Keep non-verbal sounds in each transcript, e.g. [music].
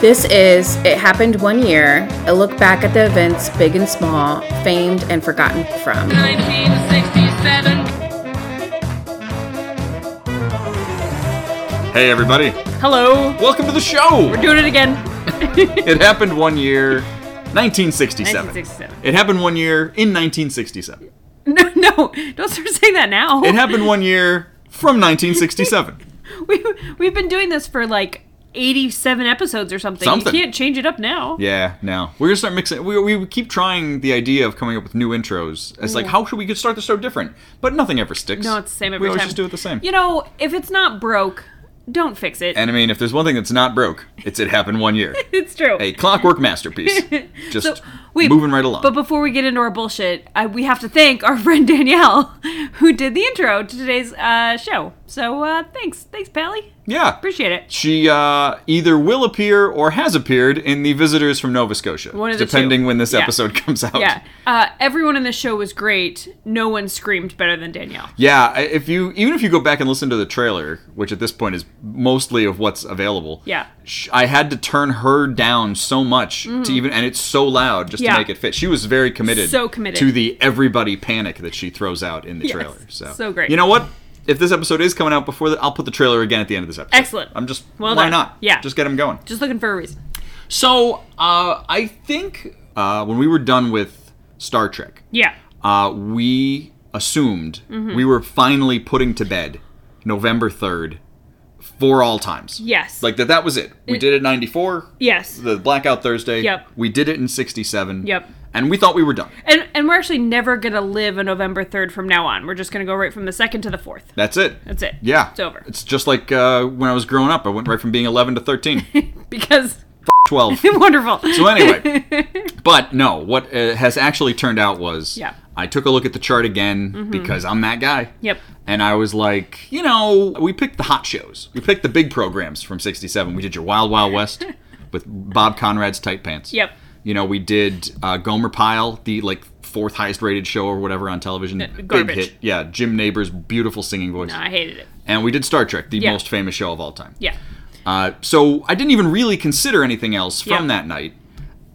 This is It Happened One Year, a look back at the events, big and small, famed and forgotten from. 1967. Hey, everybody. Hello. Welcome to the show. Doing it again. It happened one year, 1967. 1967. It happened one year in 1967. [laughs] No, no, don't start saying that now. It happened one year from 1967. [laughs] we, we've been doing this for like 87 episodes or something. Something. You can't change it up now. Yeah, now. We're going to start mixing. We, we keep trying the idea of coming up with new intros. It's like, how should we start the show different? But nothing ever sticks. No, it's the same every We always time. just do it the same. You know, if it's not broke, don't fix it. and I mean, if there's one thing that's not broke, it's it happened [laughs] one year. it's true. A clockwork masterpiece. [laughs] Just So, wait, moving right along. But before we get into our bullshit, I, we have to thank our [laughs] friend Danielle, who did the intro to today's uh, show. So uh, thanks, thanks, Pally. yeah. Appreciate it. She uh, either will appear or has appeared in the Visitors from Nova Scotia, One of the depending two. when this Yeah. episode [laughs] comes out. Yeah, uh, everyone in this show was great. No one screamed better than Danielle. Yeah, I- If you even if you go back and listen to the trailer, which at this point is mostly of what's available. Yeah. sh- I had to turn her down so much to even, and it's so loud Mm-hmm. just Yeah. to make it fit. She was very committed, So committed. to the everybody panic that she throws out in the Yes. trailer. So So great. You know what? If this episode is coming out before that, I'll put the trailer again at the end of this episode. Excellent. I'm just Well why done. not? Yeah. just get them going. Just looking for a reason. So uh, I think uh, when we were done with Star Trek, Yeah. uh, we assumed Mm-hmm. we were finally putting to bed November third for all times. Yes. Like that. That was it. We did it in '94. Yes. The blackout Thursday. Yep. We did it in '67. Yep. And we thought we were done. and and we're actually never gonna live a November third from now on. We're just gonna go right from the second to the fourth. [laughs] That's it. That's it. Yeah. It's over. It's just like uh, when I was growing up. I went right from being 11 [laughs] to 13, Because 12. wonderful. So anyway, but no, what uh, has actually turned out was Yeah. Mm-hmm. I took a look at the chart again because I'm that guy. Yep. And I was like, you know, we picked the hot shows. We picked the big programs from 67. We did your [laughs] Wild Wild West with Bob Conrad's tight pants. Yep. You know, we did uh, Gomer Pyle, the like fourth highest rated show or whatever on television. garbage. Big hit. Yeah, Jim Neighbor's beautiful singing [laughs] voice. I hated it. And we did Star Trek, the Yeah. most famous show of all time. Yeah. Uh, so I didn't even really consider anything else from Yeah. that night,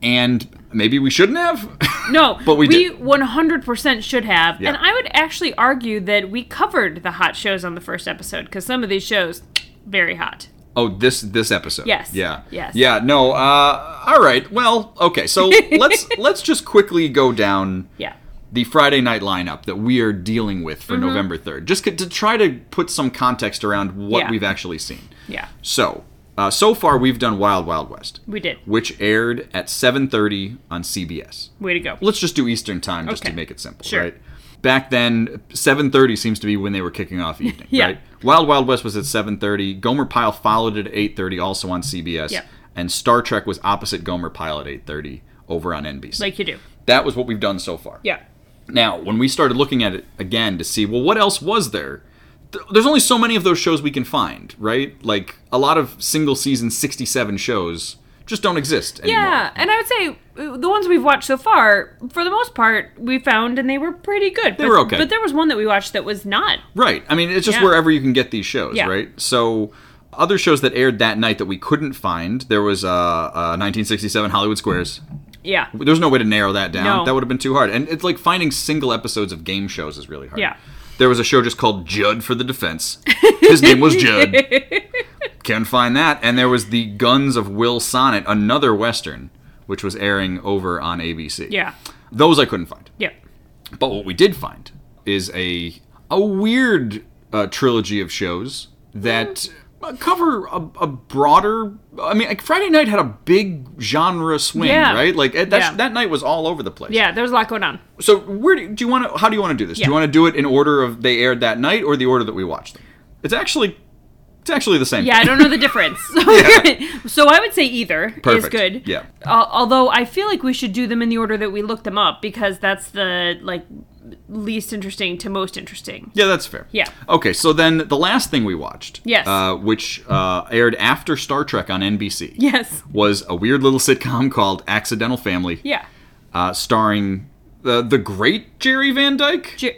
and maybe we shouldn't have. [laughs] No, But we did. 100% should have. Yeah. And I would actually argue that we covered the hot shows on the first episode because some of these shows very hot. oh, this this episode. Yes. Yeah. Yes. Yeah. No. Uh, all right. Well. [laughs] Okay. So let's let's just quickly go down Yeah. Mm-hmm. the Friday night lineup that we are dealing with for November third, just c- to try to put some context around what Yeah. we've actually seen. Yeah. So uh, so far we've done Wild Wild West, We did. which aired at 7:30 on CBS. Way to go. let's just do Eastern time just Okay. to make it simple, Sure. right? Back then, 7:30 seems to be when they were kicking off evening, [laughs] Yeah. right? Wild Wild West was at 7:30. Gomer Pyle followed it at 8:30, also on CBS. Yeah. And Star Trek was opposite Gomer Pyle at 8:30 over on NBC. Like you do. that was what we've done so far. Yeah. Now, when we started looking at it again to see, well, what else was there? Th- There's only so many of those shows we can find, right? Like a lot of single season 67 shows just don't exist anymore. Yeah. And I would say uh, the ones we've watched so far, for the most part, we found and they were pretty good. They but, were okay. But there was one that we watched that was not. Right. I mean, it's just Yeah. wherever you can get these shows, Yeah. right? So, other shows that aired that night that we couldn't find, there was uh, uh, 1967 Hollywood Squares. Yeah. There's no way to narrow that down. No. That would have been too hard. And it's like finding single episodes of game shows is really hard. Yeah. There was a show just called Judd for the Defense. His name was Judd. [laughs] Can't find that. And there was the Guns of Will Sonnet, another Western, which was airing over on ABC. Yeah. Those I couldn't find. Yeah. But what we did find is a a weird uh, trilogy of shows that uh, cover a, a broader. I mean, like Friday night had a big genre swing, Yeah. right? Like eh, that's, Yeah. that night was all over the place. Yeah. There was a lot going [laughs] on. So where do, do you want to? How do you want to do this? Do Yeah. you want to do it in order of they aired that night or the order that we watched them? It's actually it's actually the same. [laughs] Yeah, I don't know the difference. [laughs] So, so I would say either is Perfect. good. Yeah. Al- although I feel like we should do them in the order that we looked them up because that's the like least interesting to most interesting. [laughs] Yeah, that's fair. Yeah. Okay, so then the last thing we watched, Yes. uh, which uh, aired after Star Trek on NBC, Yes. was a weird little sitcom called Accidental Family, Yeah. uh, starring the the great Jerry Van Dyke Jer-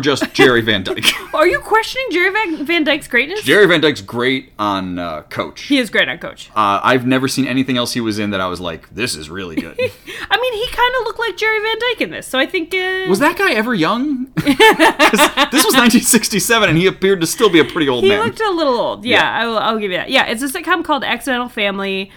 [laughs] just Jerry Van Dyke. [laughs] Are you questioning Jerry Van, Van Dyke's greatness? Jerry Van Dyke's great on uh, Coach. he is great on Coach. Uh, I've never seen anything else he was in that I was like, this is really [laughs] good. I mean, he kind of looked like Jerry Van Dyke in this, so I think uh, was that guy [laughs] ever young? 'Cause this was 1967, and he appeared to still be a pretty old he man. looked a little old. Yeah, Yeah. I will, I'll give you that. Yeah, it's a sitcom called Accidental Family.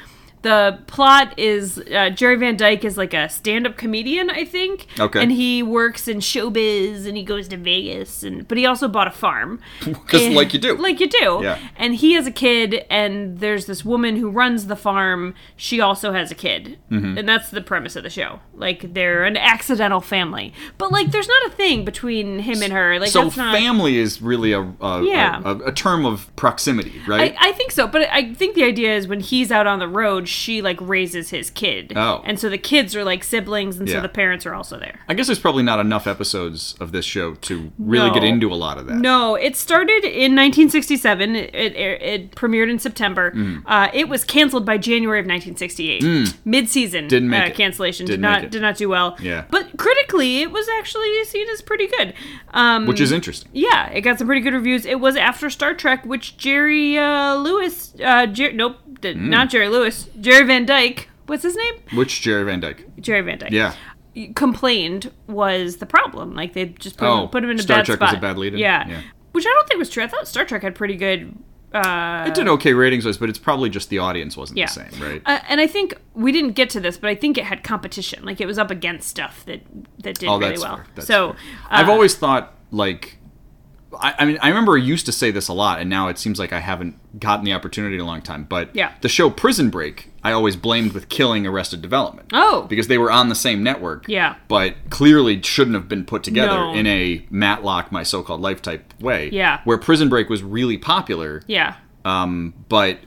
The plot is uh, Jerry Van Dyke is like a stand-up comedian, I think. Okay. And he works in showbiz, and he goes to Vegas, and but he also bought a [laughs] farm. 'Cause And- like you do. like you do. Yeah. And he has a kid, and there's this woman who runs the farm. She also has a kid, Mm-hmm. and that's the premise of the show. Like they're an accidental family, but like there's not a thing between him and her. Like so that's not. family is really a a, Yeah. a, a a term of proximity, right? I, I think so, but I think the idea is when he's out on the road, she like raises his kid. Oh. And so the kids are like siblings, and Yeah. so the parents are also there. I guess there's probably not enough episodes of this show to really No. get into a lot of that. No, it started in 1967. It, it, it premiered in September. Hmm. Uh, it was canceled by January of 1968. Mid-season Didn't make uh, it. cancellation. did Didn't make not it. did not do well. Yeah. But critically, it was actually seen as pretty good. Um, Which is interesting. yeah, it got some pretty good reviews. It was after Star Trek, which Jerry uh, Lewis, uh, Jer- nope, th- Hmm. not Jerry Lewis, Jerry Van Dyke. What's his name? Which Jerry Van Dyke? Jerry Van Dyke. Yeah. Complained was the problem. Like they just put, Oh, him, put him in a Star bad Trek was spot. a bad lead-in? Yeah. Yeah. Which I don't think was true. I thought Star Trek had pretty good. Uh, It did okay ratings wise, but it's probably just the audience wasn't yeah. the same, right? Uh, and I think we didn't get to this, but I think it had competition. Like it was up against stuff that that did oh, really that's well. fair. That's so uh, fair. I've always thought like. I, I mean, I remember I used to say this a lot, and now it seems like I haven't gotten the opportunity in a long time. But Yeah. the show Prison Break, I always blamed with killing Arrested Development. Oh. because they were on the same network. Yeah. but clearly shouldn't have been put together No. in a Matlock, my so-called life type way. Yeah. where Prison Break was really popular. yeah. Um, but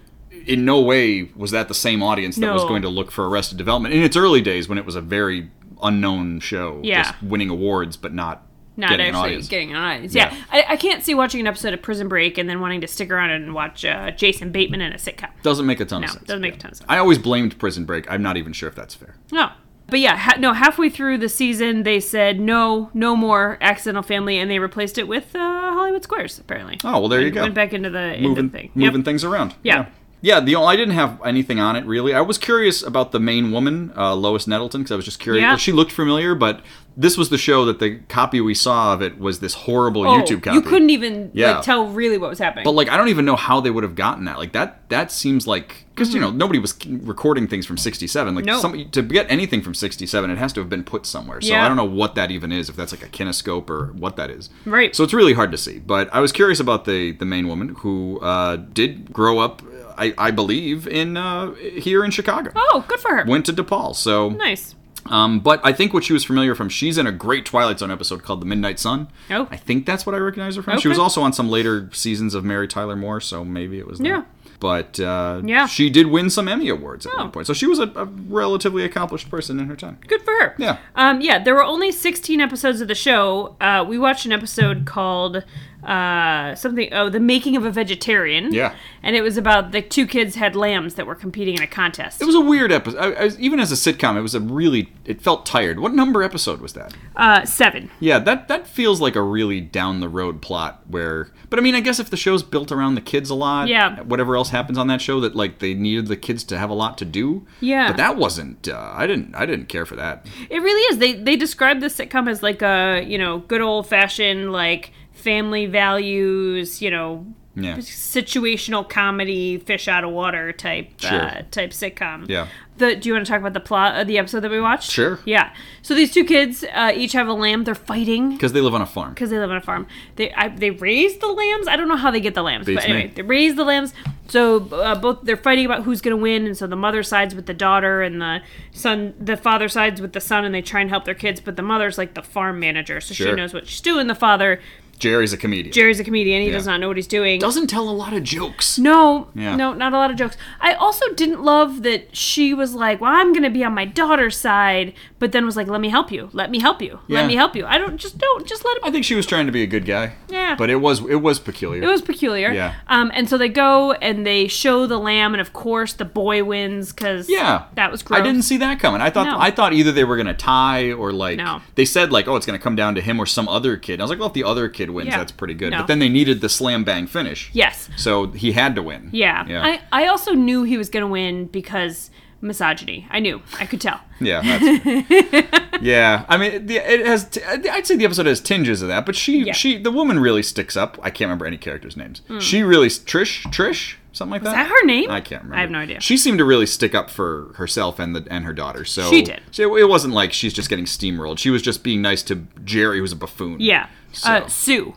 in no way was that the same audience that was No. going to look for Arrested Development in its early days when it was a very unknown show, Yeah. just winning awards but not, not getting an actually audience. getting an audience. Yeah, Yeah. I, I can't see watching an episode of Prison Break and then wanting to stick around and watch uh, Jason Bateman in a sitcom. doesn't make a ton No, of sense. doesn't make a ton of sense. I always blamed Prison Break. I'm not even sure if that's fair. No. Oh. But yeah, ha- no. Halfway through the season, they said no, no more Accidental Family, and they replaced it with uh, Hollywood Squares. Apparently. Oh, well, there you Went- go. Went back into the into moving the thing. moving Yep. things around. Yeah. Yeah, the I didn't have anything on it really. I was curious about the main woman, uh, Lois Nettleton, because I was just curious. Yeah. Well, she looked familiar, but this was the show that the copy we saw of it was this horrible Oh, YouTube copy. You couldn't even Yeah. like tell really what was happening. But like, I don't even know how they would have gotten that. Like that that seems like because you know nobody was recording things from '67. Like Mm-hmm. No. some, to get anything from '67, it has to have been put somewhere. So Yeah. I don't know what that even is. If that's like a kinescope or what that is. Right. So it's really hard to see. But I was curious about the the main woman who uh, did grow up, I, I believe, in uh, here in Chicago. oh, good for her. Went to DePaul. So nice. um, but I think what she was familiar from, she's in a great Twilight Zone episode called The Midnight Sun. Oh. I think that's what I recognize her from. Okay. She was also on some later seasons of Mary Tyler Moore, so maybe it was that. Yeah. But uh, Yeah. she did win some Emmy Awards at Oh. one point. So she was a, a relatively accomplished person in her time. Good for her. Yeah. Um, yeah, there were only 16 episodes of the show. Uh, we watched an episode called uh, something, oh, The Making of a Vegetarian. Yeah. And it was about the two kids had lambs that were competing in a contest. It was a weird episode. I, I, was- even as a sitcom, it was a really, it felt tired. What number episode was that? uh, seven. Yeah, that, that feels like a really down the road plot where, but I mean, I guess if the show's built around the kids a lot, Yeah. whatever else happens on that show, that like they needed the kids to have a lot to do. Yeah. but that wasn't. Uh, I didn't. I didn't care for that. It really is. They, they describe this sitcom as like a, you know, good old fashioned, like, family values, you know, Yeah, situational comedy, fish out of water type uh, Sure. type sitcom. Yeah. The, do you want to talk about the plot of the episode that we watched? Sure. Yeah. So these two kids uh, each have a lamb. They're fighting because they live on a farm. because they live on a farm. They I, they raise the lambs. I don't know how they get the lambs, Beats but anyway, me. they raise the lambs. So uh, both they're fighting about who's going to win, and so the mother sides with the daughter, and the son, the father sides with the son, and they try and help their kids. But the mother's like the farm manager, so she Sure. knows what she's doing. The father Jerry's a comedian. Jerry's a comedian. He Yeah. does not know what he's doing. Doesn't tell a lot of jokes. No, Yeah. no, not a lot of jokes. I also didn't love that she was like, "Well, I'm gonna be on my daughter's side," but then was like, "Let me help you. Let me help you. Yeah. Let me help you." I don't just don't just let him. I think she was trying to be a good guy. Yeah. But it was it was peculiar. It was peculiar. Yeah. Um, and so they go and they show the lamb, and of course the boy wins because yeah. that was gross. I didn't see that coming. I thought No. I thought either they were gonna tie or like No. they said like oh it's gonna come down to him or some other kid. And I was like well if the other kid wins Yeah. that's pretty good. No. But then they needed the slam bang finish. Yes. So he had to win. Yeah. Yeah. I I also knew he was gonna win because misogyny. I knew. I could [laughs] tell. Yeah, that's, [laughs] yeah. I mean, the- it has. t- I'd say the episode has tinges of that, but she, Yeah. Hmm. she, the woman really sticks up. I can't remember any characters' names. She really, Trish, Trish, something like that. that her name? I can't remember. I have no idea. She seemed to really stick up for herself and the and her daughter. So She did. So it wasn't like she's just getting steamrolled. She was just being nice to Jerry, who's a buffoon. Yeah. Uh, So- Sue.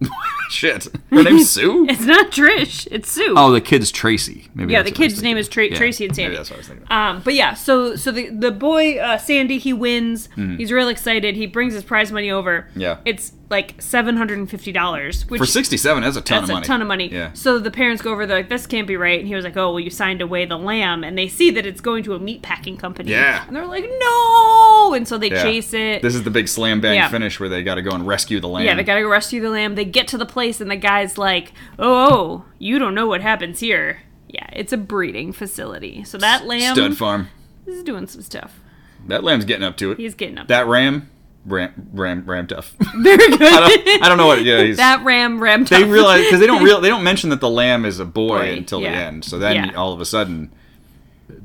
[laughs] Shit. Her [laughs] name's Sue. It's not Trish. It's Sue. Oh, the kid's Tracy. Maybe. Yeah, that's the what I was kid's name thinking. is Tra- Yeah, Tracy and Sandy. Maybe that's what I was thinking. Um, but yeah, so so the the boy uh, Sandy he wins. He's real excited. He brings his prize money over. Mm-hmm. Yeah. it's like seven hundred and fifty dollars, which For sixty-seven, that's a ton that's of a money. ton of money. Yeah. So the parents go over. They're like, "This can't be right." And he was like, "Oh, well, you signed away the lamb," and they see that it's going to a meat packing company. Yeah. and they're like, "No!" And so they Yeah. chase it. This is the big slam bang Yeah. finish where they got to go and rescue the lamb. yeah, they gotta go rescue the lamb. They get to the place, and the guy's like, "Oh, oh you don't know what happens here." Yeah, it's a breeding facility. So that lamb stud farm. is doing some stuff. That lamb's getting up to it. He's getting up. that ram, ram, ram, [laughs] ram tough. Very good. [laughs] I don't, I don't know what. Yeah, he's, that ram rammed they up. realize because they [laughs] don't real they don't mention that the lamb is a boy Boy, until the yeah. end. So then Yeah. all of a sudden,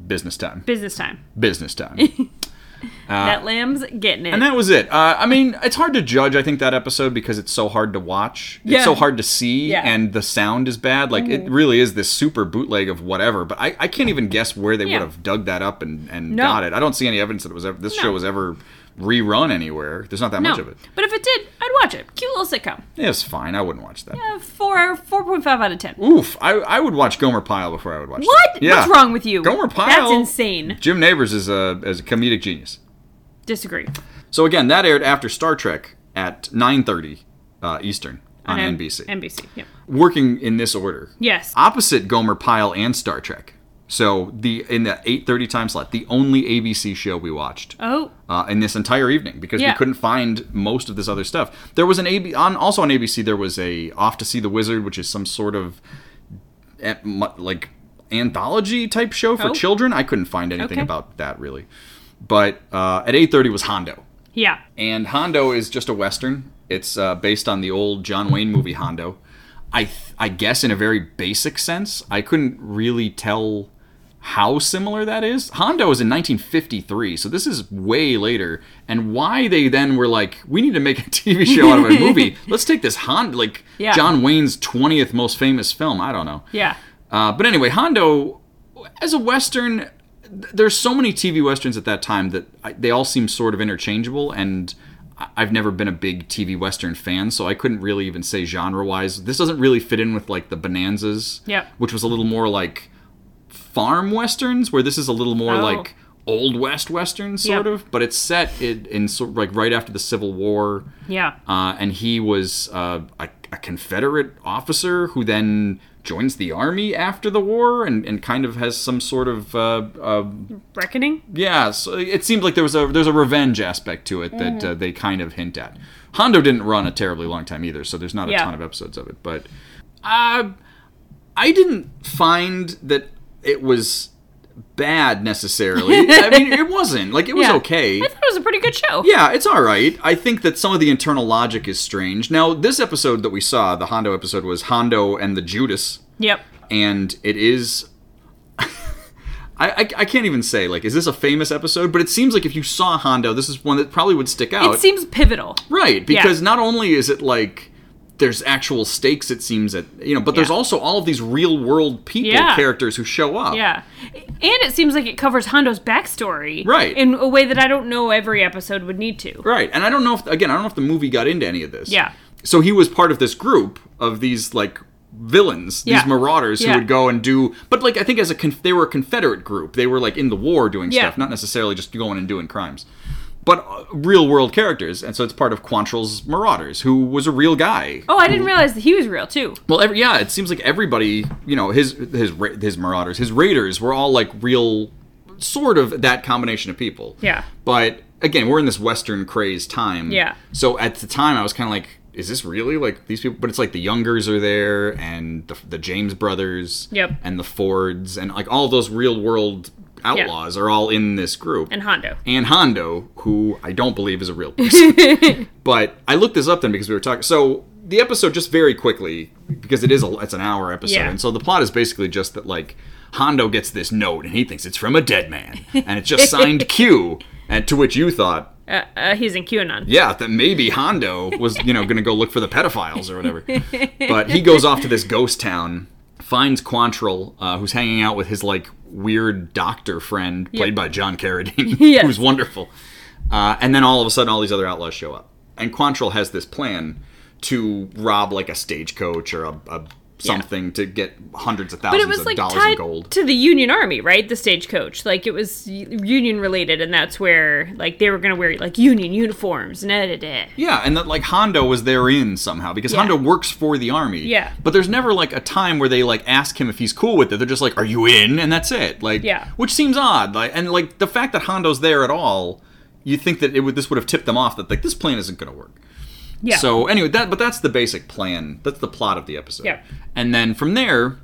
business time. business time. Business time. [laughs] that lamb's getting it. And that was it. Uh, I mean, it's hard to judge. I think that episode because it's so hard to watch. It's Yeah. so hard to see, Yeah. Mm-hmm. and the sound is bad. Like it really is this super bootleg of whatever. But I, I can't even guess where they Yeah. would have dug that up and and No. got it. I don't see any evidence that it was ever this show No. was ever rerun anywhere. There's not that no, much of it. but if it did, I'd watch it. Cute little sitcom. Yeah, It's fine. I wouldn't watch that. Uh, Four four point five out of ten. Oof. I, I would watch Gomer Pyle before I would watch. that. What? Yeah. What's wrong with you? Gomer Pyle. That's insane. Jim Neighbors is a is a comedic genius. Disagree. So again, that aired after Star Trek at 9:30 uh, Eastern on And- NBC. NBC. Yep. working in this order. Yes. Opposite Gomer Pyle and Star Trek. So the in the 8:30 time slot, the only ABC show we watched oh. uh, in this entire evening because Yeah. we couldn't find most of this other stuff. There was an AB on also on ABC there was a Off to See the Wizard, which is some sort of eh, mu- like anthology type show for Oh. children. I couldn't find anything Okay. about that really. But uh, at 8:30 was Hondo. Yeah. And Hondo is just a western. It's uh, based on the old John Wayne movie Hondo. I th- I guess in a very basic sense, I couldn't really tell how similar that is. Hondo is in 1953, so this is way later. And why they then were like, we need to make a TV show out of [laughs] a movie. Let's take this Hondo, like Yeah. John Wayne's 20th most famous film. I don't know. Yeah. Uh, but anyway, Hondo, as a Western, th- there's so many TV Westerns at that time that I, they all seem sort of interchangeable, and I- I've never been a big TV Western fan, so I couldn't really even say genre wise. This doesn't really fit in with like the Bonanzas, Yep. which was a little more like farm Westerns, where this is a little more Oh. like Old West Western sort Yep. of, but it's set in, in sort of like right after the Civil War Yeah. uh, and he was uh, a, a Confederate officer who then joins the army after the war and, and kind of has some sort of uh, uh, Reckoning. yeah. So it seemed like there was a there's a revenge aspect to it that Mm-hmm. uh, they kind of hint at. Hondo didn't run a terribly long time either, so there's not a Yeah. ton of episodes of it. But uh, I didn't find that it was [laughs] bad necessarily. I mean, it wasn't like it was Yeah. okay. I thought it was a pretty good show. Yeah, it's all right. I think that some of the internal logic is strange. Now, this episode that we saw, the Hondo episode, was Hondo and the Judas, Yep. and it is. [laughs] I, I, I can't even say like is this a famous episode but it seems like if you saw hondo this is one that probably would stick out It seems pivotal. Right, because not only is it like there's actual stakes, it seems that you know, but there's Yeah. also all of these real world people Yeah. characters who show up. Yeah. And it seems like it covers Hondo's backstory. Right. In a way that I don't know every episode would need to. Right, and I don't know if again, I don't know if the movie got into any of this. Yeah. So he was part of this group of these like villains, Yeah. these marauders who Yeah. would go and do, but like I think as a conf- they were a Confederate group, they were like in the war doing Yeah. stuff, not necessarily just going and doing crimes. but uh, real world characters. And so it's part of Quantrill's Marauders, who was a real guy. Oh, I didn't realize that he was real too. Well, every, yeah, it seems like everybody, you know, his his ra- his marauders, his raiders were all like real, sort of that combination of people. Yeah. But again, we're in this Western craze time. Yeah. So at the time, I was kind of like, is this really like these people? But it's like the Youngers are there, and the the James brothers. Yep. And the Fords, and like all those real world outlaws are all in this group And Hondo. and Hondo, who I don't believe is a real person. but I looked this up then because we were talking. So the episode, just very quickly, because it is a it's an hour episode, Yeah. and so the plot is basically just that like Hondo gets this note and he thinks it's from a dead man, and it's just signed Q, and to which you thought. Uh, uh, he's in QAnon. Yeah, that maybe Hondo was, you know, going to go look for the pedophiles or whatever. But he goes off to this ghost town, finds Quantrill, uh, who's hanging out with his like weird doctor friend, played by John Carradine, [laughs] Yes. who's wonderful. Uh, and then all of a sudden, all these other outlaws show up, and Quantrill has this plan to rob like a stagecoach or a, a something to get hundreds of But thousands it was of like dollars in tied gold. to the Union Army, right? The stagecoach. Like it was Union related, and that's where like they were gonna wear like Union uniforms and da, da, da. Yeah, and that like Hondo was therein somehow because Yeah. Hondo works for the army. Yeah. But there's never like a time where they like ask him if he's cool with it. They're just like, "Are you in?" and that's it. Like, Yeah. which seems odd. Like, and like the fact that Hondo's there at all, you think that it would this would have tipped them off that like this plan isn't going to work. Yeah. So anyway, that but that's the basic plan. That's the plot of the episode. Yeah. And then from there,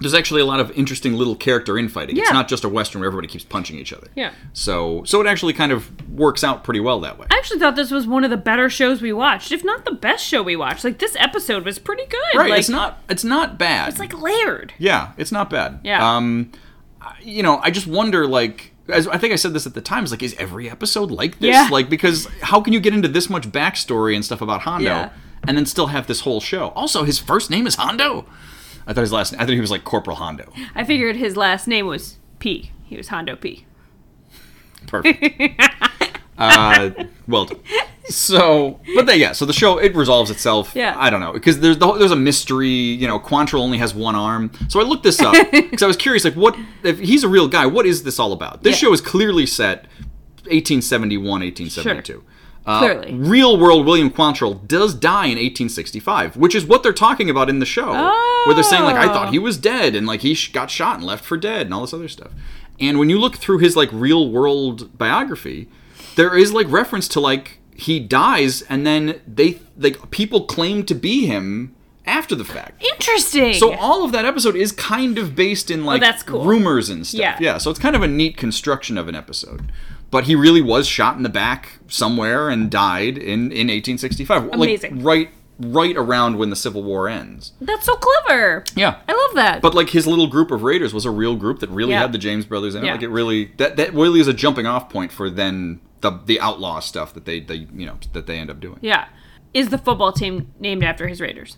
there's actually a lot of interesting little character infighting. It's Yeah. not just a western where everybody keeps punching each other. Yeah. So so it actually kind of works out pretty well that way. I actually thought this was one of the better shows we watched, if not the best show we watched. Like this episode was pretty good. Right, Like, it's not it's not bad. It's like layered. Yeah, it's not bad. Yeah. Um, I- you know, I just wonder, like, as I think I said this at the time, is like, is every episode like this? Yeah. Like, because how can you get into this much backstory and stuff about Hondo, Yeah. and then still have this whole show? Also, his first name is Hondo. I thought his last. I thought he was like Corporal Hondo. I figured his last name was P. He was Hondo P. Perfect. [laughs] uh, well done. So, but then, yeah, so the show it resolves itself. Yeah. I don't know because there's the, whole- there's a mystery. You know, Quantrill only has one arm. So I looked [laughs] this up because I was curious. Like, what if he's a real guy? What is this all about? This Yeah. show is clearly set 1871, 1872. Uh, Clearly. real world William Quantrill does die in 1865, which is what they're talking about in the show, where they're saying like I thought he was dead and like he sh- got shot and left for dead and all this other stuff. And when you look through his like real world biography, there is like reference to like he dies and then they like people claim to be him after the fact. Interesting. So all of that episode is kind of based in like that's cool. rumors and stuff. Yeah. So it's kind of a neat construction of an episode. But he really was shot in the back somewhere and died in in 1865. Like, Amazing. right right around when the Civil War ends. that's so clever. Yeah. I love that. But like his little group of raiders was a real group that really Yeah. had the James brothers in it. Yeah. Like it really that that really is a jumping off point for then the the outlaw stuff that they they you know that they end up doing. yeah. Is the football team named after his Raiders?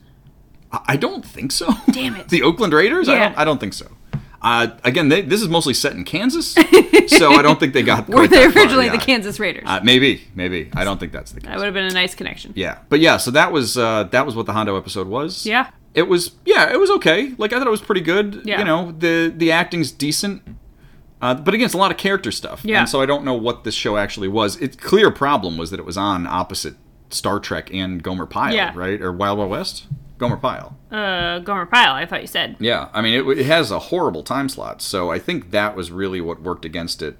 I I don't think so. Damn it. [laughs] The Oakland Raiders? I, Yeah. don't, I don't think so. Uh, again, they, this is mostly set [laughs] in Kansas, so I don't think they got. Were quite they that far, originally yeah. the Kansas Raiders? Uh, maybe, maybe. I don't think that's the case. that would have been a nice connection. Yeah, but yeah. So that was uh, that was what the Hondo episode was. Yeah. It was yeah, it was okay. Like I thought it was pretty good. Yeah. You know, the the acting's decent. Uh, but again, it's a lot of character stuff. Yeah. And so I don't know what this show actually was. Its clear problem was that it was on opposite Star Trek and Gomer Pyle, Yeah. right? Or Wild Wild West? Gomer Pyle. Uh, Gomer Pyle, I thought you said. Yeah, I mean, it, it has a horrible time slot, so I think that was really what worked against it,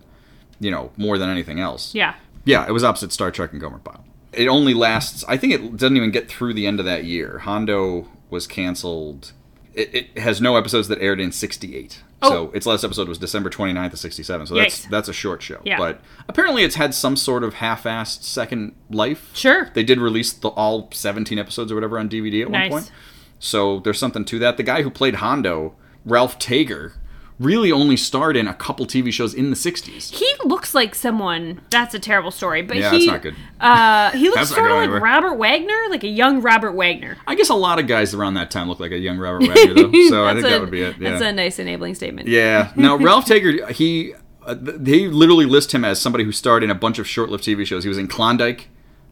you know, more than anything else. Yeah. Yeah, it was opposite Star Trek and Gomer Pyle. It only lasts, I think it doesn't even get through the end of that year. Hondo was canceled. It, it has no episodes that aired in 68. So Oh. its last episode was December 29th of 67, so that's Yikes. that's a short show. Yeah. But apparently it's had some sort of half-assed second life. Sure. They did release the all 17 episodes or whatever on DVD at Nice. one point. So there's something to that. The guy who played Hondo, Ralph Tager, really only starred in a couple TV shows in the 60s. He looks like someone. That's a terrible story, but Yeah, he. that's not good. Uh, he looks That's not sort of going like anywhere. Robert Wagner, like a young Robert Wagner. I guess a lot of guys around that time looked like a young Robert [laughs] Wagner, though. So I That's think that a- would be it. That's Yeah. a nice enabling statement. [laughs] yeah. Now Ralph Tager, he uh, th- they literally list him as somebody who starred in a bunch of short-lived TV shows. He was in Klondike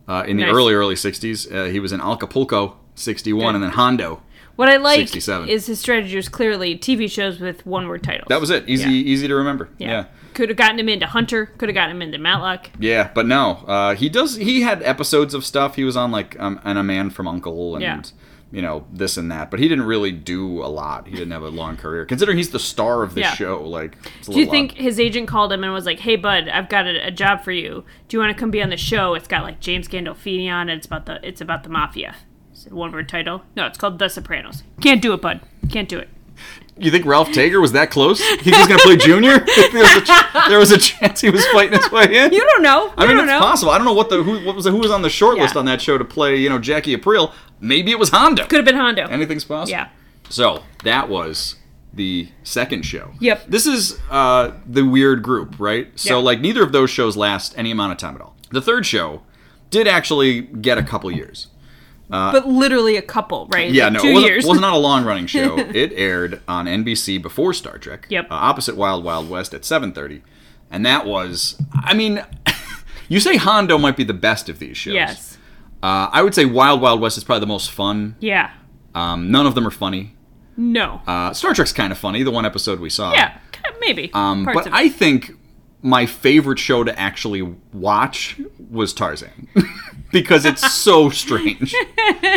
uh, in the Nice. early early 60s. Uh, he was in Acapulco 61, Good. and then Hondo. What I like 67. is his strategy was clearly TV shows with one word titles. That was it. Easy, Yeah. easy to remember. Yeah. yeah. Could have gotten him into Hunter, could have gotten him into Matlock. but no, uh, he does. He had episodes of stuff. He was on like um, and a man from Uncle and Yeah. you know this and that. But he didn't really do a lot. He didn't have a long career. Considering he's the star of this Yeah. show, like it's a Do you little think odd. his agent called him and was like, "Hey, bud, I've got a, a job for you. Do you want to come be on the show? It's got like James Gandolfini on it. It's about the it's about the mafia. Is it one word title? No, it's called The Sopranos. Can't do it, bud. Can't do it. you think Ralph Tager was that close? He was going to [laughs] play junior. there, was a ch- there was a chance he was fighting his way in. You don't know. I You mean, don't it's know. possible. I don't know what the who what was who was on the short list Yeah. on that show to play. You know, Jackie Aprile. Maybe it was Honda. Could have been Hondo. Anything's possible. yeah. So that was the second show. Yep. This is uh, the weird group, right? So Yeah. like neither of those shows last any amount of time at all. The third show did actually get a couple years. but literally a couple, right? Yeah, Like, no, two it wasn't, years. was not a long [laughs] running show. it aired on NBC before Star Trek. Yep. uh, opposite Wild Wild West at 7:30, and that was, I mean, [laughs] you say Hondo might be the best of these shows. yes. Uh, I would say Wild Wild West is probably the most fun. Yeah. Um, none of them are funny. No. Uh, Star Trek's kind of funny, the one episode we saw. yeah. Kind of- Maybe. Um, Parts but of it. I think my favorite show to actually watch was Tarzan [laughs] because it's [laughs] so strange.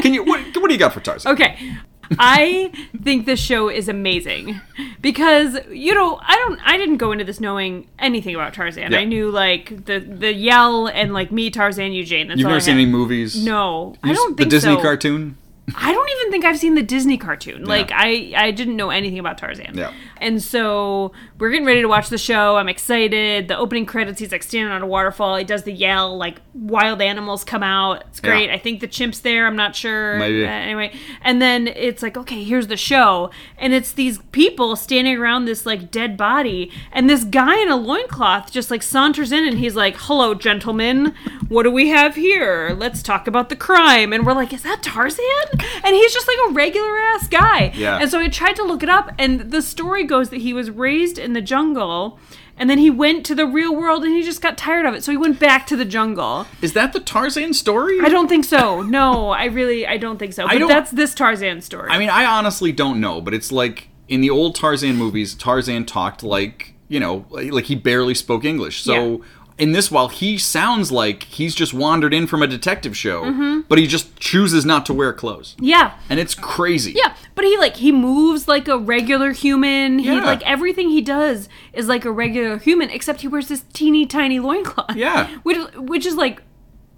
Can you what, what do you got for Tarzan? Okay. I think this show is amazing because you know I don't I didn't go into this knowing anything about Tarzan. Yeah. I knew like the the yell and like me Tarzan Eugene. That's You've all never I seen had. any movies? No, I You s- don't the think Disney so. cartoon. I don't even think I've seen the Disney cartoon. Like I, I didn't know anything about Tarzan. Yeah. And so we're getting ready to watch the show. I'm excited. The opening credits, he's like standing on a waterfall. He does the yell, like wild animals come out. It's Yeah. great. I think the chimp's there. I'm not sure. Maybe. Uh, anyway, and then it's like, okay, here's the show, and it's these people standing around this like dead body, and this guy in a loincloth just like saunters in, and he's like, "Hello, gentlemen, what do we have here? Let's talk about the crime." And we're like, "Is that Tarzan?" And he's just like a regular ass guy. Yeah. And so I tried to look it up, and the story goes that he was raised in the jungle. And then he went to the real world and he just got tired of it. So he went back to the jungle. Is that the Tarzan story? I don't think so. No, I really I don't think so. But don't- that's this Tarzan story. I mean, I honestly don't know, but it's like in the old Tarzan movies, Tarzan talked like, you know, like like he barely spoke English. So Yeah. in this, while he sounds like he's just wandered in from a detective show, but he just chooses not to wear clothes. Mm-hmm. yeah. And it's crazy. Yeah, but he like he moves like a regular human. He Yeah. like everything he does is like a regular human except he wears this teeny tiny loincloth. Yeah. [laughs] Which which is like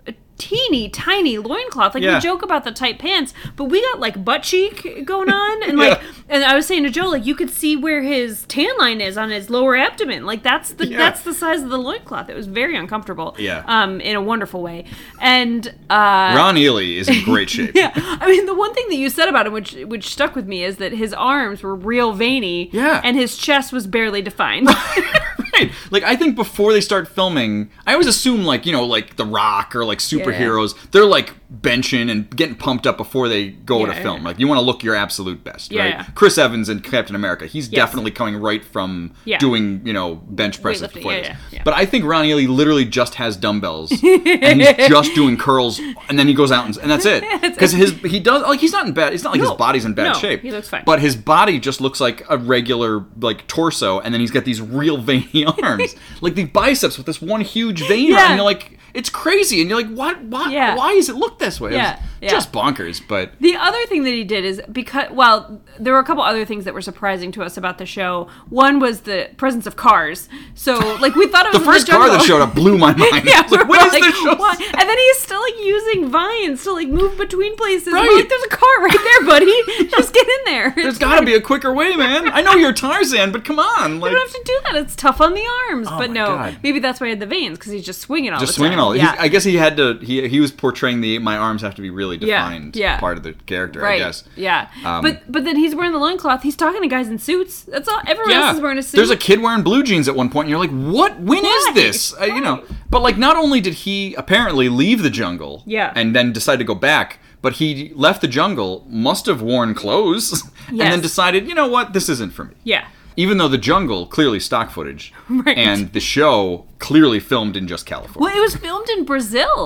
a teeny tiny loincloth. Like Yeah. we joke about the tight pants, but we got like butt cheek going on and like [laughs] Yeah. and I was saying to Joe like you could see where his tan line is on his lower abdomen. Like that's the Yeah. that's the size of the loincloth. It was very uncomfortable. Yeah. Um in a wonderful way. And uh Ron Ely is in great shape. [laughs] yeah, I mean the one thing that you said about him, which which stuck with me, is that his arms were real veiny, Yeah. and his chest was barely defined. [laughs] [laughs] Right. Like I think before they start filming, I always assume like, you know, like The Rock or like superheroes, they're like benching and getting pumped up before they go to Yeah. film. Like you want to look your absolute best, Yeah. right? Chris Evans and Captain America, he's definitely coming right from Yeah. doing, you know, bench presses Weightlifting, before yeah, this. yeah, yeah. But I think Ron Ely literally just has dumbbells and [laughs] he's just doing curls and then he goes out and, and that's it. Cuz his he does like he's not in bad it's not like No. his body's in bad No, shape. he looks fine. But his body just looks like a regular like torso, and then he's got these real [laughs] veiny [laughs] arms, like the biceps with this one huge vein. on, Yeah. and you're like, it's crazy, and you're like, what? Why? Yeah. Why is it look this way? It was Yeah, yeah. just bonkers. [laughs] But the other thing that he did is because well, there were a couple other things that were surprising to us about the show. One was the presence of cars. So like we thought it the was in first the car that jungle. [laughs] showed up blew my mind. [laughs] Yeah, I was like, we're what is like, this show? "What?" And then he's still like using vines to like move between places. We're Right. like, there's a car right there, [laughs] buddy. Just get in there. There's got to be a quicker way, man. I know you're Tarzan, but come on, like [laughs] Oh You don't have to do that. It's tough on the arms. but my no, God. maybe that's why he had the veins because he's just swinging all just the swinging time. all. Yeah. Yeah. I guess he had to. He he was portraying the my arms have to be really Yeah, defined yeah. part of the character. right. I guess. Yeah. Um, but but then he's wearing the loincloth. He's talking to guys in suits. That's all. Everyone else is wearing a suit. There's a kid wearing blue jeans at one point, and you're like, "What? When is Why? this?" Uh, you know. But like, not only did he apparently leave the jungle, Yeah. and then decide to go back, but he left the jungle, must have worn clothes, [laughs] and Yes. then decided, you know what, this isn't for me. yeah. Even though the jungle clearly stock footage, [laughs] Right. and the show clearly filmed in just California. Well, it was filmed in [laughs] Brazil,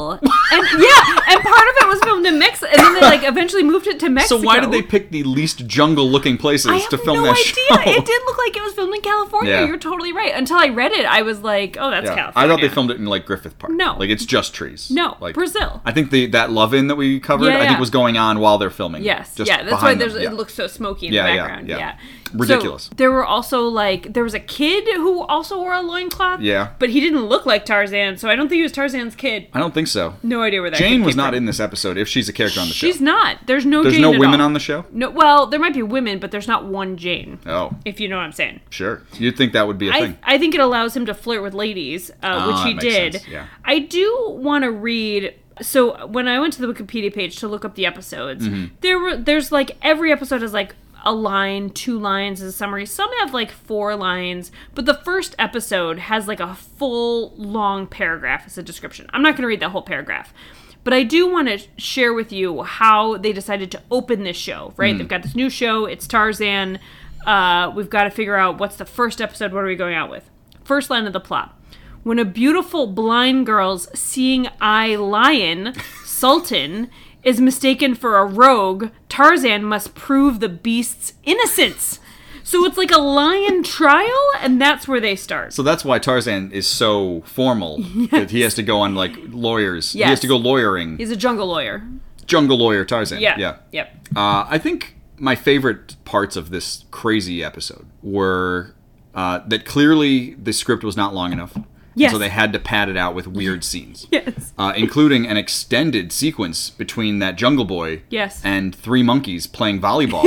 and yeah, and part of it was filmed in Mexico, and then they like eventually moved it to So Mexico. why did they pick the least jungle-looking places I have to film no that idea. show? It did look like it was filmed in California. Yeah. You're totally right. Until I read it, I was like, "Oh, that's Yeah. I California." thought they filmed it in like Griffith Park. No. like it's just trees. No, like Brazil. I think the that love-in that we covered, Yeah, I yeah. think was going on while they're filming. Yes, just yeah. That's why behind there's them. it Yeah. looks so smoky in Yeah, the yeah, background. Yeah, yeah. Ridiculous. So, there were also like there was a kid who also wore a loincloth. Yeah. but he didn't look like Tarzan, so I don't think he was Tarzan's kid. I don't think so. No idea where that Jane kid was came not from. in this episode. If she's a character on the show, She's not. There's no. there's Jane no at women all. on the show. No, well, there might be women, but there's not one Jane. Oh, If you know what I'm saying. sure. You'd think that would be a I, thing. I think it allows him to flirt with ladies, uh, Ah, which he that makes did. sense, yeah. I do want to read. So when I went to the Wikipedia page to look up the episodes, Mm-hmm. there were there's like every episode has like a line, two lines as a summary. Some have like four lines, but the first episode has like a full long paragraph as a description. I'm not going to read that whole paragraph. But I do want to share with you how they decided to open this show, Mm-hmm. right? They've got this new show, it's Tarzan. Uh, we've got to figure out what's the first episode, what are we going out with? First line of the plot. When a beautiful blind girl's seeing eye lion, Sultan, is mistaken for a rogue, Tarzan must prove the beast's innocence. So it's like a lion trial, and that's where they start. So that's why Tarzan is so formal [laughs] that he has to go on like lawyers. He Yes. has to go lawyering. He's a jungle lawyer. Jungle lawyer Tarzan. Yeah. Yeah. Yep. Uh, I think my favorite parts of this crazy episode were uh, that clearly the script was not long enough. and Yes. So they had to pad it out with weird scenes. Yes. Uh, including an extended sequence between that jungle boy Yes. and three monkeys playing [laughs] volleyball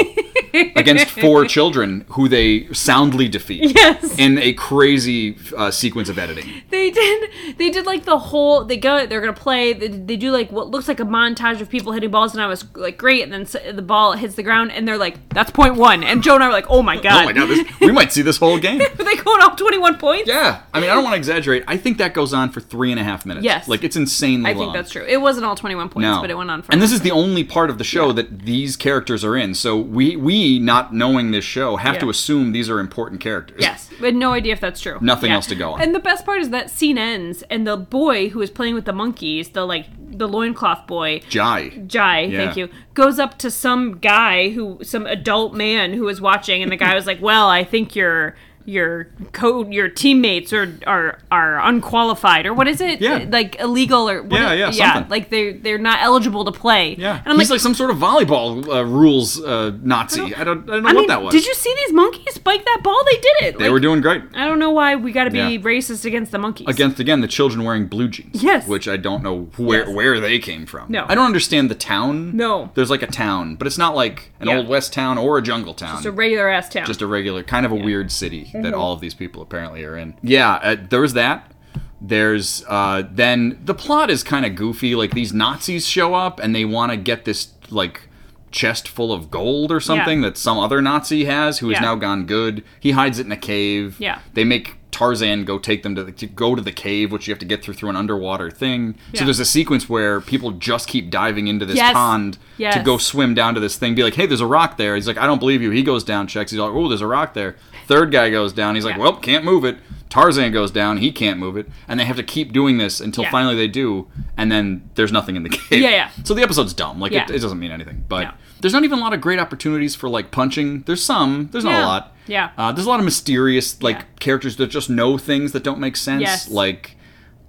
against four children who they soundly defeat Yes. in a crazy uh, sequence of editing. They did. They did like the whole. They go. They're gonna play. They, they do like what looks like a montage of people hitting balls, and I was like, great. And then s- the ball hits the ground, and they're like, that's point one. And Joe and I were like, oh my god. Oh my god, this, we might see this whole game. [laughs] Are they going off twenty-one points? Yeah, I mean, I don't want to exaggerate. I think that goes on for three and a half minutes. Yes. like it's insanely I long. think that's true. It wasn't all twenty-one points, No. but it went on for. and this is the only part of the show that these characters are in. So we we not knowing this show have to Yeah. assume these are important characters. Yes, but no idea if that's true. Nothing else to go on. And the best part is that scene ends, and the boy who is playing with the monkeys, the like the loincloth boy, Jai. Jai, Yeah. thank you, goes up to some guy who, some adult man who was watching, and the guy was like, "Well, I think your your co your teammates are are are unqualified or what is it? Yeah. like illegal or what Yeah, is- yeah, something. like they they're not eligible to play. Yeah, and I'm he's like. like, some sort of volleyball uh, rules uh, Nazi. I don't, I don't, know I what mean, that was. did you see these monkeys spike that ball? They did it. They Like, were doing great. I don't know why we got to be Yeah. racist against the monkeys. Against again the children wearing blue jeans. Yes. Which I don't know where Yes. where they came from. No. I don't understand the town. No. There's like a town, but it's not like an Yeah. old west town or a jungle town. It's a regular ass town. just a regular kind of a weird city that Mm-hmm. all of these people apparently are in yeah uh, there was that there's uh, then the plot is kind of goofy like these nazis show up and they want to get this like chest full of gold or something that some other nazi has who has Yeah. now gone good he hides it in a cave Yeah. they make tarzan go take them to, the, to go to the cave which you have to get through through an underwater thing Yeah. so there's a sequence where people just keep diving into this Yes. pond to Yes. go swim down to this thing, be like, hey, there's a rock there. He's like, I don't believe you. He goes down, checks. He's like, oh, there's a rock there. Third guy goes down. He's like, Yeah. well, can't move it. Tarzan goes down. He can't move it. And they have to keep doing this until Yeah. finally they do. And then there's nothing in the [laughs] cave. Yeah, yeah. So the episode's dumb. Like, Yeah. it, it doesn't mean anything. But No. there's not even a lot of great opportunities for, like, punching. There's some. There's not Yeah. a lot. Yeah. Uh, there's a lot of mysterious, like, Yeah. characters that just know things that don't make sense. Yes. Like,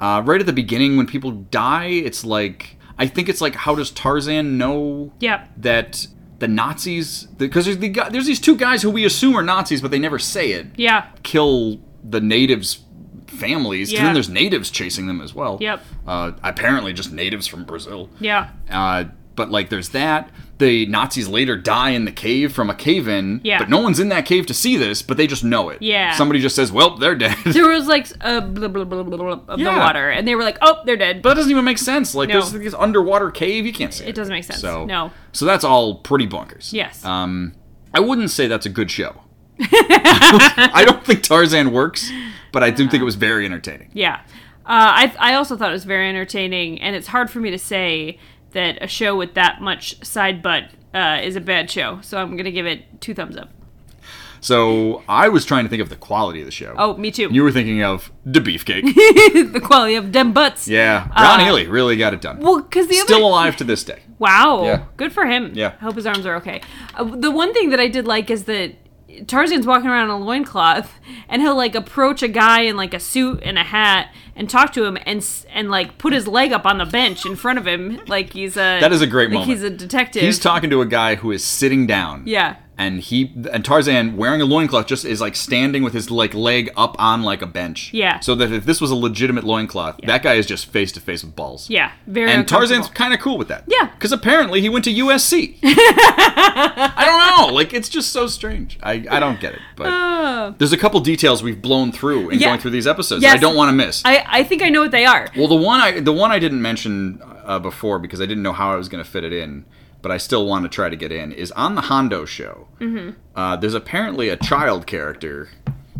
uh, right at the beginning when people die, it's like. I think it's like, how does Tarzan know Yep. that the Nazis, because there's the guy, there's these two guys who we assume are Nazis, but they never say it. yeah. Kill the natives' families, 'cause Yeah. then there's natives chasing them as well. Yep. Uh, apparently, just natives from Brazil. Yeah. Uh, but like, there's that. The Nazis later die in the cave from a cave-in. Yeah. But no one's in that cave to see this, but they just know it. Yeah. Somebody just says, "Well, they're dead." [laughs] but There was like a blah blah blah blah blah of the Yeah. water, and they were like, "Oh, they're dead." that doesn't even make sense. Like, No. there's this underwater cave. You can't see it. it doesn't make sense. So No. So that's all pretty bonkers. Yes. Um, I wouldn't say that's a [laughs] good show. [laughs] I don't think Tarzan works, but I do think it was very entertaining. Yeah. Uh, I I also thought it was very entertaining, and it's hard for me to say that a show with that much side butt uh, is a bad show. So I'm gonna give it two thumbs up. So I was trying to think of the quality of the show. Oh, Uh, me too. You were thinking of the beefcake. [laughs] the quality of dem butts. yeah, Ron Uh, Healy really got it done. Well, because the Still other alive to this day. Wow. Yeah. Good for him. Yeah. I hope his arms are okay. Uh, the one thing that I did like is that Tarzan's walking around in a loincloth and he'll like approach a guy in like a suit and a hat and talk to him and s- and like put his leg up on the bench in front of him like he's a That is a great like moment. he's a detective. He's talking to a guy who is sitting down. Yeah. And he and Tarzan wearing a loincloth just is like standing with his like leg up on like a bench. Yeah. So that if this was a legitimate loincloth, that guy is just face to face with balls. yeah, very And Tarzan's uncomfortable. kind of cool with that. Yeah. Because apparently he went to USC. [laughs] I don't know. Like, it's just so strange. I, I don't get it. But there's a couple details we've blown through in Uh. Yeah. going through these episodes Yes. that I don't want to miss. I I think I know what they are. Well, the one I the one I didn't mention uh, before because I didn't know how I was going to fit it in, but I still want to try to get in is on the Hondo show. Uh, there's apparently a child character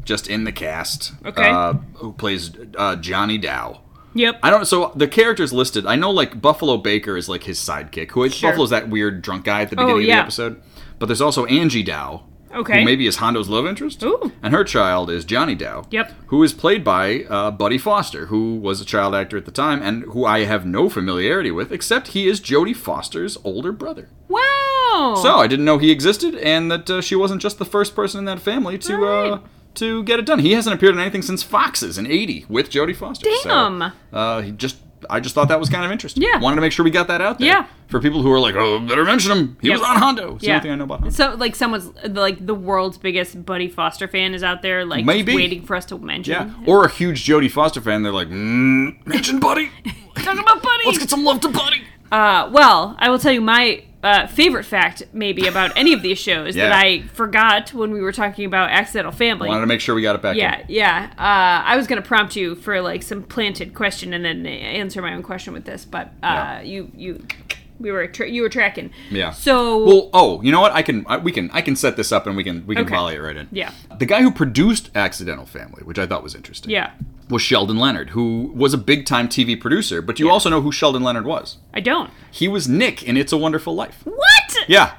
just in the cast Okay. uh, who plays uh, Johnny Dow. Yep. I don't. So the characters listed, I know like Buffalo Baker is like his sidekick. Who Sure. Oh, Buffalo's that weird drunk guy at the beginning yeah. of the episode. But there's also Angie Dow. Okay. Who maybe is Hondo's love interest. Ooh. And her child is Johnny Dow. Yep. Who is played by uh, Buddy Foster, who was a child actor at the time and who I have no familiarity with, except he is Jodie Foster's older brother. wow. So I didn't know he existed and that uh, she wasn't just the first person in that family to. Uh, Alright. to get it done, he hasn't appeared in anything since Foxes in '80 with Jodie Foster. So, Damn. uh, he just I just thought that was kind of interesting. Yeah. wanted to make sure we got that out there. Yeah. for people who are like, oh, better mention him. He Yep. was on Hondo. It's the Yeah. only thing I know about Hondo. So like someone's like the world's biggest Buddy Foster fan is out there like just Maybe. waiting for us to mention. Yeah, or a huge Jodie Foster fan. They're like, mm, mention Buddy. Talking about Buddy. [laughs] Let's get some love to Buddy. Uh, well, I will tell you my uh, favorite fact, maybe about any of these shows Yeah. that I forgot when we were talking about Accidental Family. Wanted to make sure we got it back. yeah, in. yeah. Uh, I was gonna prompt you for like some planted question and then answer my own question with this, but uh, Yeah. you you we were tra- you were tracking. Yeah. So Well, oh, you know what? I can, I, we can, I can set this up and we can, we can Okay. volley it right in. Yeah. The guy who produced Accidental Family, which I thought was interesting. yeah, Was Sheldon Leonard, who was a big time TV producer, but you also know who Sheldon Leonard was. I don't. He was Nick in It's a Wonderful Life. What? Yeah.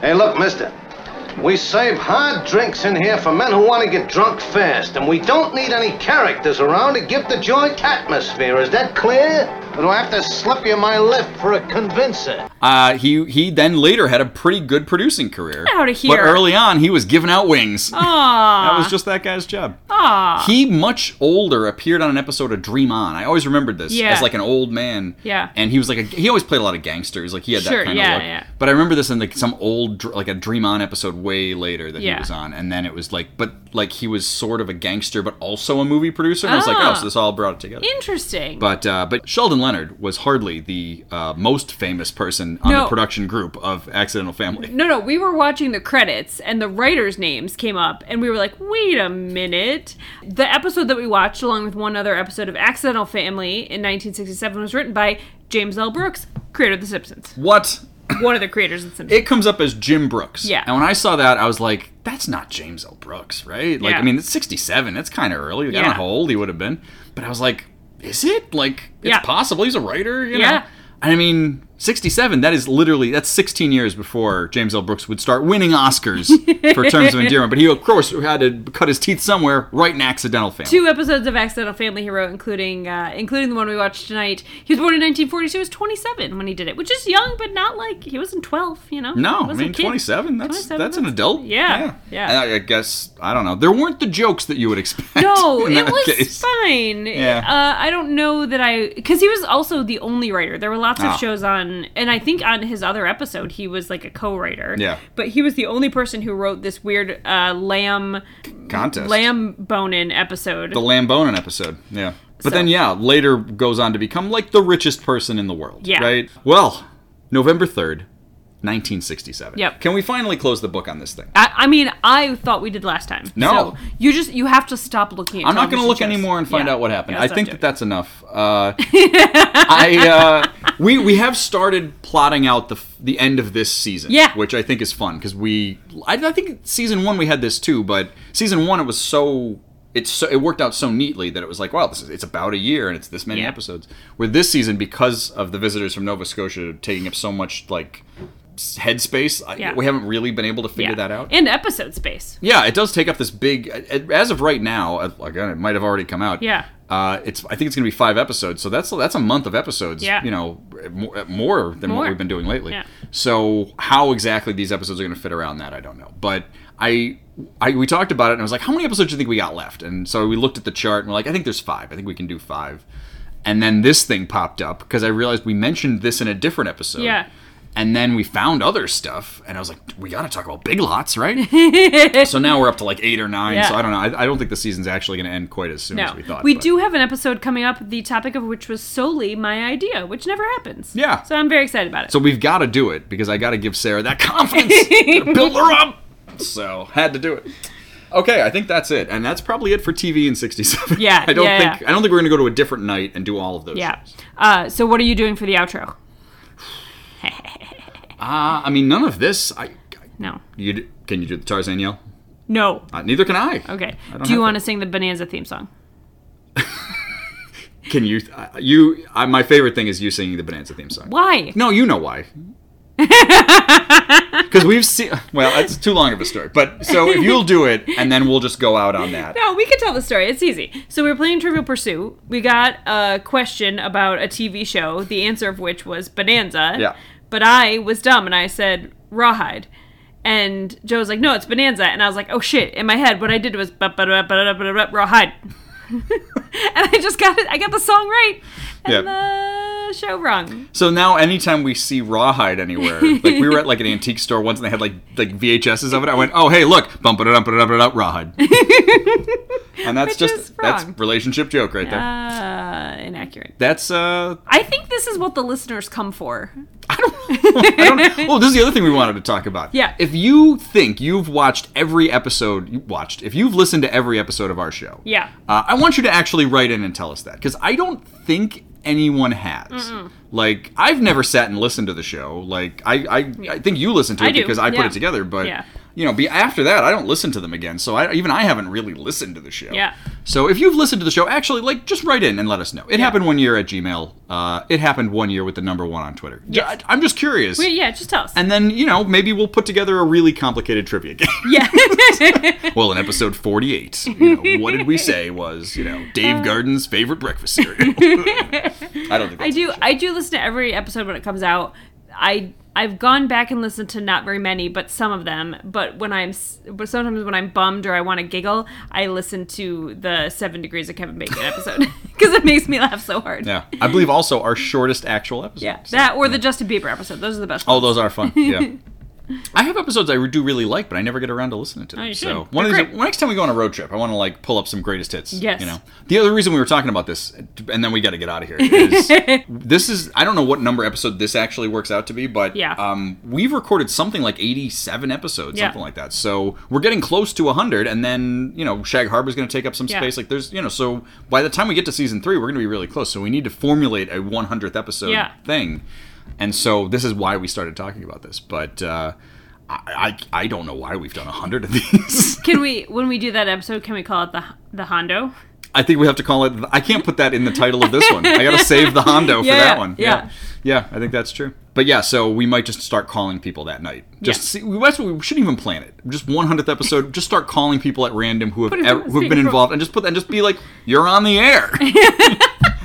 Hey, look, mister. We save hard drinks in here for men who want to get drunk fast, and we don't need any characters around to give the joint atmosphere. Is that clear? Or do I have to slip you my lip for a convincer? Uh, he he then later had a pretty good producing career. Outta But here. early on, he was giving out wings. Aw. That was just that guy's job. He, much older, appeared on an episode of Dream On. I always remembered this Yeah. as like an old man. Yeah. And he was like, a, he always played a lot of gangsters. Like he had Sure, that kind yeah, of look. yeah. But I remember this in like some old, dr- like a Dream On episode way later that Yeah. he was on. And then it was like, but like he was sort of a gangster, but also a movie producer. And I was like, Ah. oh, so this all brought it together. Interesting. But uh, but Sheldon Leonard was hardly the uh, most famous person on No. the production group of Accidental Family. No, no, we were watching the credits and the writers' names came up, and we were like, wait a minute. The episode that we watched, along with one other episode of Accidental Family in 1967, was written by James L. Brooks, creator of The Simpsons. What? One of the creators of The Simpsons. It comes up as Jim Brooks. Yeah. And when I saw that, I was like, that's not James L. Brooks, right? Like, Yeah. I mean, it's 67. That's kind of early. Like, I Yeah. don't know how old he would have been. But I was like, is it? Like, it's Yeah. possible. He's a writer, you Yeah. know? I mean, 67, that is literally, that's 16 years before James L. Brooks would start [laughs] winning Oscars for Terms of Endearment. But he, of course, had to cut his teeth somewhere right in Accidental Family. Two episodes of Accidental Family he wrote, including uh, including the one we watched tonight. He was born in 1940, so he was 27 when he did it, which is young, but not like he wasn't 12, you know? No, He I was a mean kid. twenty seven. That's 27, that's an adult. Yeah, yeah. And I, I guess I don't know. There weren't the jokes that you would expect. [laughs] No, [laughs] in it that was case. fine. Yeah. Uh, I don't know that I because he was also the only writer. There were lots Ah. of shows on, and I think on his other episode he was like a co-writer. Yeah. But he was the only person who wrote this weird uh, lamb contest. lamb bonin episode. the Lambonin episode. Yeah. But So- then yeah, later goes on to become like the richest person in the world. Yeah. Right. Well, November third, nineteen sixty seven. Yep. Can we finally close the book on this thing? I, I mean, I thought we did last time. No. So you just you have to stop looking. at I'm not going to television look shows. anymore and find Yeah. out what happened. Yeah, I stop think doing that that's [laughs] enough. Uh, I uh, we we have started plotting out the f- the end of this season, Yeah. which I think is fun because we I, I think season one we had this too, but season one it was so it's so, it worked out so neatly that it was like wow this is it's about a year and it's this many Yeah. episodes. Where this season because of the visitors from Nova Scotia taking up so much like headspace. I- Yeah. We haven't really been able to figure yeah. that out. And episode space. yeah, it does take up this big. As of right now, again, it might have already come out. Yeah. Uh, it's. I think it's going to be five episodes, so that's that's a month of episodes. Yeah. You know, more, more than More. what we've been doing lately. Yeah. So how exactly these episodes are going to fit around that, I don't know. But I, I we talked about it, and I was like, how many episodes do you think we got left? And so we looked at the chart, and we're like, I think there's five. I think we can do five. And then this thing popped up because I realized we mentioned this in a different episode. Yeah. And then we found other stuff, and I was like, we got to talk about Big Lots, right? [laughs] so now we're up to like eight or nine. Yeah. So I don't know. I, I don't think the season's actually going to end quite as soon No, as we thought. but- do have an episode coming up, the topic of which was solely my idea, which never happens. Yeah. So I'm very excited about it. So we've got to do it because I got to give Sarah that [laughs] confidence, [laughs] Gotta build her up. So had to do it. Okay, I think that's it, and that's probably it for TV in '67. Yeah, [laughs] I don't yeah, think yeah. I don't think we're gonna go to a different night and do all of those. yeah. shows. Uh, so what are you doing for the outro? Uh, I mean, none of this. I, No. you d- can you do the Tarzan yell? No. Uh, neither can I. Okay. don't Do you have want to that. sing the Bonanza theme song? Can you? Uh, you. I, my favorite thing is you singing the Bonanza theme song. Why? No, you [laughs] know why. Because we've seen. Well, that's too long of a story. But so if you'll do it, and then we'll just go out on that. No, we can tell the story. It's easy. So we were playing Trivial Pursuit. We got a question about a TV show, the answer of which was Bonanza. Yeah. But I was dumb and I said Rawhide. And Joe was like, no, it's Bonanza. And I was like, oh shit. In my head, what I did was ba- ba- ba- ba- ba- ba- Rawhide. [laughs] and I just got it. I got the song right and the show wrong. So now, anytime we see rawhide anywhere, like we were at like an antique store once, and they had like like VHSs of it. I went, "Oh, hey, look, bump it up, it up, it [laughs] up, rawhide." and that's Which is just that's wrong. relationship joke right there. Uh, inaccurate. That's uh, I think this is what the listeners come for. [laughs] I [laughs] don't. Well, this is the other thing we wanted to talk about. Yeah. If you think you've watched every episode, you watched. If you've listened to every episode of our show, Yeah. uh, I want you to actually write in and tell us that because I don't think anyone has. Like I've never sat and listened to the show. Like I, I, I think you listen to I it do, because I yeah. put it together, but. Yeah. You know, be, after that, I don't listen to them again. So I, even I haven't really listened to the show. Yeah. So if you've listened to the show, actually, like, just write in and let us know. It happened one year at Gmail. Uh, it happened one year with the number one on Twitter. J- Yes. I'm just curious. But yeah, just tell us. And then, you know, maybe we'll put together a really complicated trivia game. [laughs] yeah. well, in episode 48, you know, what did we say was, you know, Uh, Dave Garden's favorite [laughs] breakfast cereal? I don't think I do. I do listen to every episode when it comes out. I I've gone back and listened to not very many, but some of them. But when I'm, s- but sometimes when I'm bummed or I want to giggle, I listen to the Seven Degrees of Kevin Bacon [laughs] episode [laughs] because it makes me laugh so hard. Yeah. I believe also our shortest actual episode. Yeah, So- that or the Justin Bieber episode. Those are the best. Oh, those are fun. [laughs] Yeah. I have episodes I do really like, but I never get around to listening to them. you should. so one of They're these, great. well, next time we go on a road trip, I want to like pull up some greatest hits. Yes. You know, the other reason we were talking about this, and then we got to get out of here. [laughs] Is this is I don't know what number episode this actually works out to be, but Yeah. um, we've recorded something like eighty-seven episodes, Yeah. something like that. So we're getting close to hundred, and then you know Shag Harbor's going to take up some Yeah. space. Like there's you know, so by the time we get to season three, we're going to be really close. So we need to formulate a one hundredth episode Yeah. thing. And so this is why we started talking about this. But uh, I, I I don't know why we've done a hundred of [laughs] these. Can we when we do that episode? Can we call it the the [laughs] Hondo? I think we have to call it. I can't put that in the title of this one. I got to save the [laughs] Hondo Yeah, for that one. yeah. yeah, I think that's true. But yeah, so we might just start calling people that night. Just see, we, that's what we shouldn't even plan it. Just 100th episode. Just start calling people at random who have it ever, on who've been speakerphone. involved, and just put and just be like, "You're on the [laughs] air."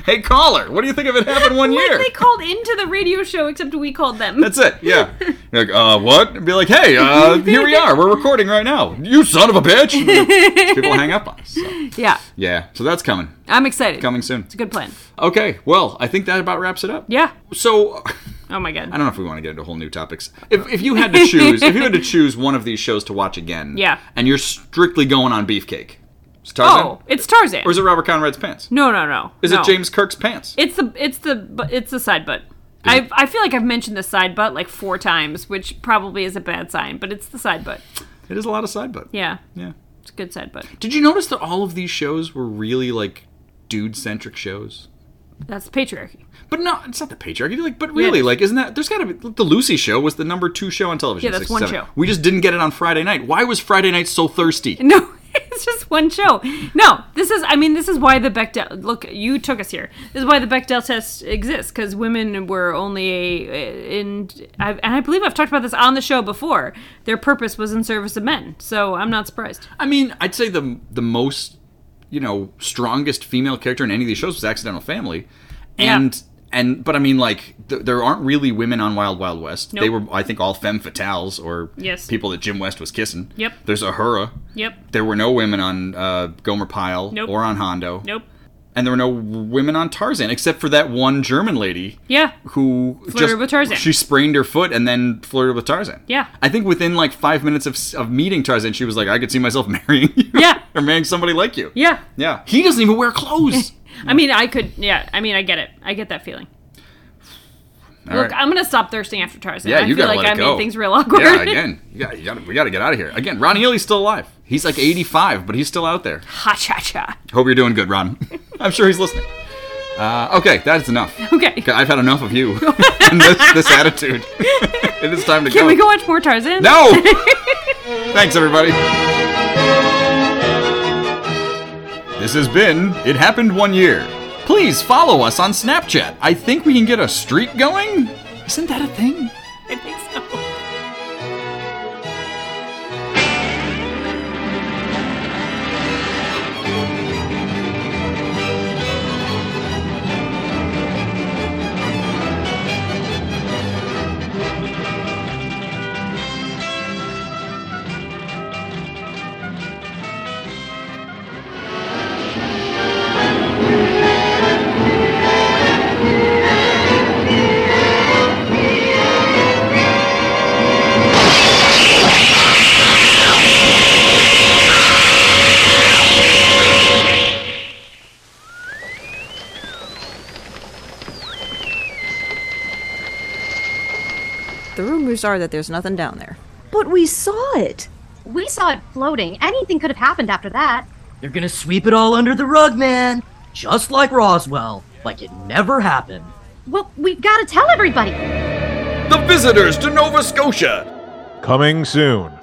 hey caller, what do you think of it happened one year? Like they called into the radio show, except we called them. That's it. Yeah. You're like, uh, what? And be like, hey, uh, here we are. We're recording right now. You son of a bitch. People hang up on us. so. [laughs] yeah, Yeah. So that's coming. I'm excited. Coming soon. It's a good plan. Okay. Well, I think that about wraps it up. Yeah. So [laughs] Oh my god. I don't know if we want to get into whole new topics. If, if you had to choose, if you had to choose one of these shows to watch again, Yeah. and you're strictly going on Beefcake, is Tarzan, Oh, it's Tarzan. or is it Robert Conrad's pants? no, no, no. Is no. it James Kirk's pants? It's the it's the bu- it's the side butt. I I feel like I've mentioned the side butt like four times, which probably is a bad sign, but it's the side butt. it is a lot of side butt. Yeah, Yeah. it's a good side butt. Did you notice that all of these shows were really like dude centric shows? That's patriarchy. But no, it's not the patriarchy. Like, but really, like, isn't that? There's got to be. The Lucy Show was the number two show on television. Yeah, that's one 67. show. We just didn't get it on Friday night. Why was Friday night so thirsty? [laughs] No, it's just one show. No, this is. I mean, this is why the Bechdel. Look, you took us here. This is why the Bechdel test exists because women were only a. In I, and I believe I've talked about this on the show before. Their purpose was in service of men. So I'm not surprised. I mean, I'd say the the most, you know, strongest female character in any of these shows was Accidental Family, Yeah. and and but I mean, like th- there aren't really women on Wild Wild West. They were, Nope. I think, all femme fatales or Yes. people that Jim West was kissing. Yep. There's Ahura. Yep. There were no women on uh, Gomer Pyle Nope. or on Hondo. Nope. And there were no women on Tarzan except for that one German lady Yeah. who flirted with Tarzan. She sprained her foot and then flirted with Tarzan. Yeah. I think within like five minutes of, of meeting Tarzan, she was like, I could see myself [laughs] marrying you. Yeah. or marrying somebody like you. Yeah. Yeah. He doesn't even wear [laughs] clothes. I mean, I could. Yeah. I mean, I get it. I get that feeling. All Look, right. I'm gonna stop thirsting after Tarzan. yeah, I you feel gotta like let it I go. made things real awkward. [laughs] Yeah, again, you gotta, you gotta, we gotta get out of here. Again, Ron Healy's still alive. He's like 85, but he's still out there. ha cha cha. Hope you're doing good, Ron. [laughs] I'm sure he's listening. Uh, okay, that is enough. Okay. Okay, I've had enough of you [laughs] and this, this attitude. it is time to Can we go watch more Tarzan? [laughs] No! Thanks, everybody. This has been It Happened One Year. Please follow us on Snapchat. I think we can get a streak going? Isn't that a thing? I think so. The rumors are that there's nothing down there. But we saw it. We saw it floating. Anything could have happened after that. They're gonna sweep it all under the rug, man! Just like Roswell, like it never happened. Well, we've got to tell everybody. The visitors to Nova Scotia! Coming soon